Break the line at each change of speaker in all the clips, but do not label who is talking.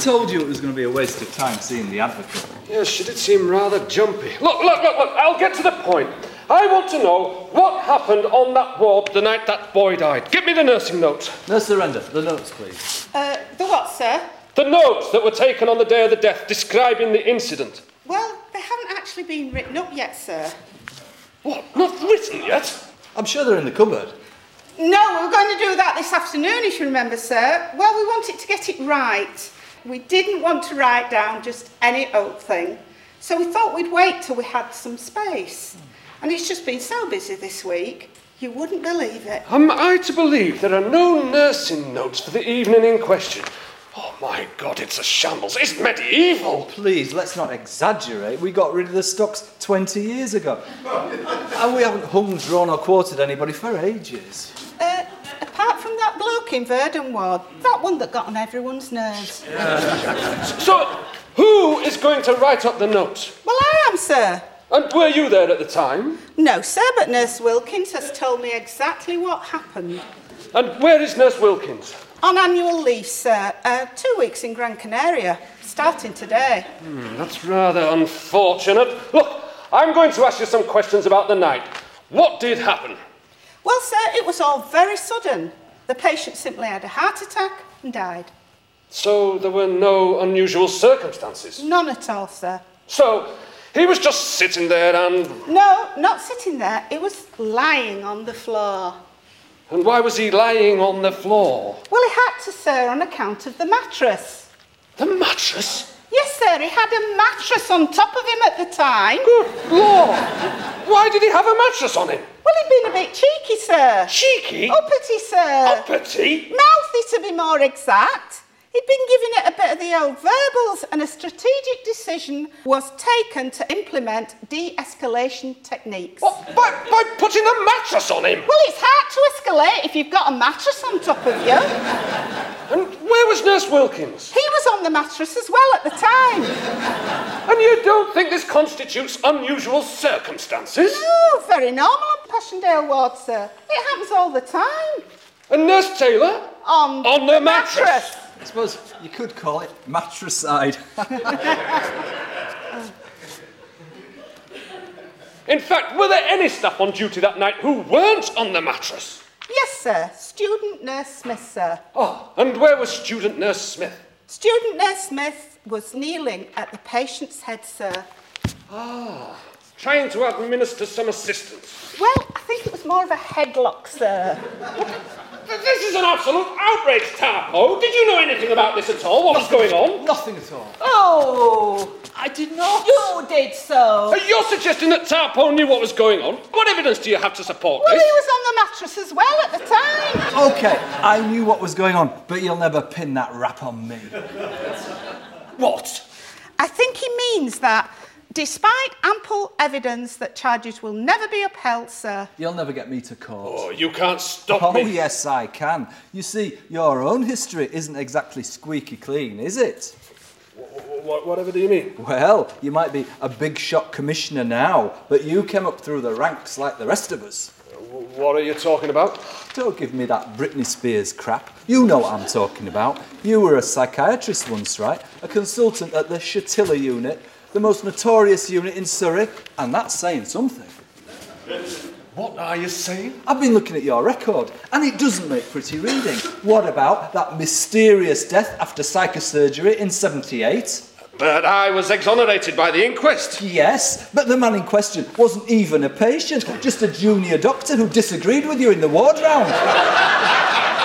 told you it was going to be a waste of time seeing the advocate.
Yes, she did seem rather jumpy. Look, look, look, look, I'll get to the point. I want to know what happened on that ward the night that boy died. Give me the nursing notes.
No surrender. The notes, please.
Uh, the what, sir?
The notes that were taken on the day of the death describing the incident.
Well, they haven't actually been written up yet, sir.
What? Not written yet?
I'm sure they're in the cupboard.
No, we were going to do that this afternoon, if you remember, sir. Well, we wanted to get it right. We didn't want to write down just any old thing. So we thought we'd wait till we had some space. And it's just been so busy this week, you wouldn't believe it.
Am I to believe there are no nursing notes for the evening in question? Oh my god, it's a shambles. It's medieval.
Please, let's not exaggerate. We got rid of the stocks 20 years ago. and we haven't hung, drawn, or quartered anybody for ages.
Uh, apart from that bloke in Verdon Ward, that one that got on everyone's nerves.
So, who is going to write up the notes?
Well, I am, sir.
And were you there at the time?
No, sir, but Nurse Wilkins has told me exactly what happened.
And where is Nurse Wilkins?
On annual leave, sir. Uh, two weeks in Gran Canaria, starting today.
Hmm, That's rather unfortunate. Look, I'm going to ask you some questions about the night. What did happen?
Well, sir, it was all very sudden. The patient simply had a heart attack and died.
So, there were no unusual circumstances.
None at all, sir.
So, he was just sitting there and.
No, not sitting there. It was lying on the floor.
And why was he lying on the floor?
Well, he had to, sir, on account of the mattress.
The mattress?
Yes, sir, he had a mattress on top of him at the time.
Good lord! Why did he have a mattress on him?
Well, he'd been a bit cheeky, sir.
Cheeky?
Uppity, sir.
Uppity?
Mouthy, to be more exact. He'd been giving it a bit of the old verbals, and a strategic decision was taken to implement de escalation techniques.
What, by, by putting a mattress on him?
Well, it's hard to escalate if you've got a mattress on top of you.
And where was Nurse Wilkins?
He was on the mattress as well at the time.
And you don't think this constitutes unusual circumstances?
Oh, very normal on Passchendaele Ward, sir. It happens all the time.
And Nurse Taylor?
On,
On the mattress.
I suppose you could call it matricide.
In fact, were there any staff on duty that night who weren't on the mattress?
Yes, sir. Student Nurse Smith, sir.
Oh, and where was student Nurse Smith?
Student Nurse Smith was kneeling at the patient's head, sir.
Trying to administer some assistance.
Well, I think it was more of a headlock, sir.
Th- This is an absolute outrage, Tarpo. Did you know anything about this at all? What was going on?
Nothing at all.
Oh! I did not. You did so.
Uh, You're suggesting that Tarpo knew what was going on? What evidence do you have to support
Well, he
this?
was on the mattress as well at the time.
Okay, I knew what was going on, but you'll never pin that rap on me.
What?
I think he means that despite ample evidence that charges will never be upheld, sir.
You'll never get me to court.
Oh, you can't stop
Oh,
me.
yes, I can. You see, your own history isn't exactly squeaky clean, is it?
Wh- whatever do you mean?
Well, you might be a big shot commissioner now, but you came up through the ranks like the rest of us.
Wh- What are you talking about?
Don't give me that Britney Spears crap. You know what I'm talking about. You were a psychiatrist once, right? A consultant at the Shatilla unit, the most notorious unit in Surrey, and that's saying something.
What are you saying?
I've been looking at your record, and it doesn't make pretty reading. What about that mysterious death after psychosurgery in 78?
But I was exonerated by the inquest.
Yes, but the man in question wasn't even a patient, just a junior doctor who disagreed with you in the ward round.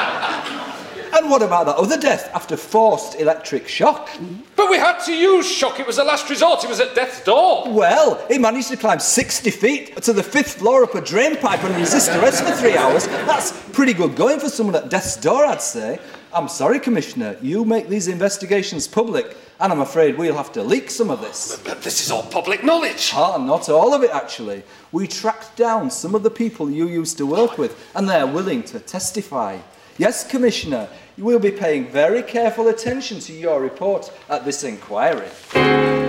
and what about that other death after forced electric shock?
But we had to use shock. It was a last resort. It was at death's door.
Well, he managed to climb 60 feet to the fifth floor up a drain pipe and resist arrest for three hours. That's pretty good going for someone at death's door, I'd say. I'm sorry, Commissioner, you make these investigations public, and I'm afraid we'll have to leak some of this.
But this is all public knowledge.
Ah, not all of it, actually. We tracked down some of the people you used to work with, and they're willing to testify. Yes, Commissioner, you will be paying very careful attention to your report at this inquiry.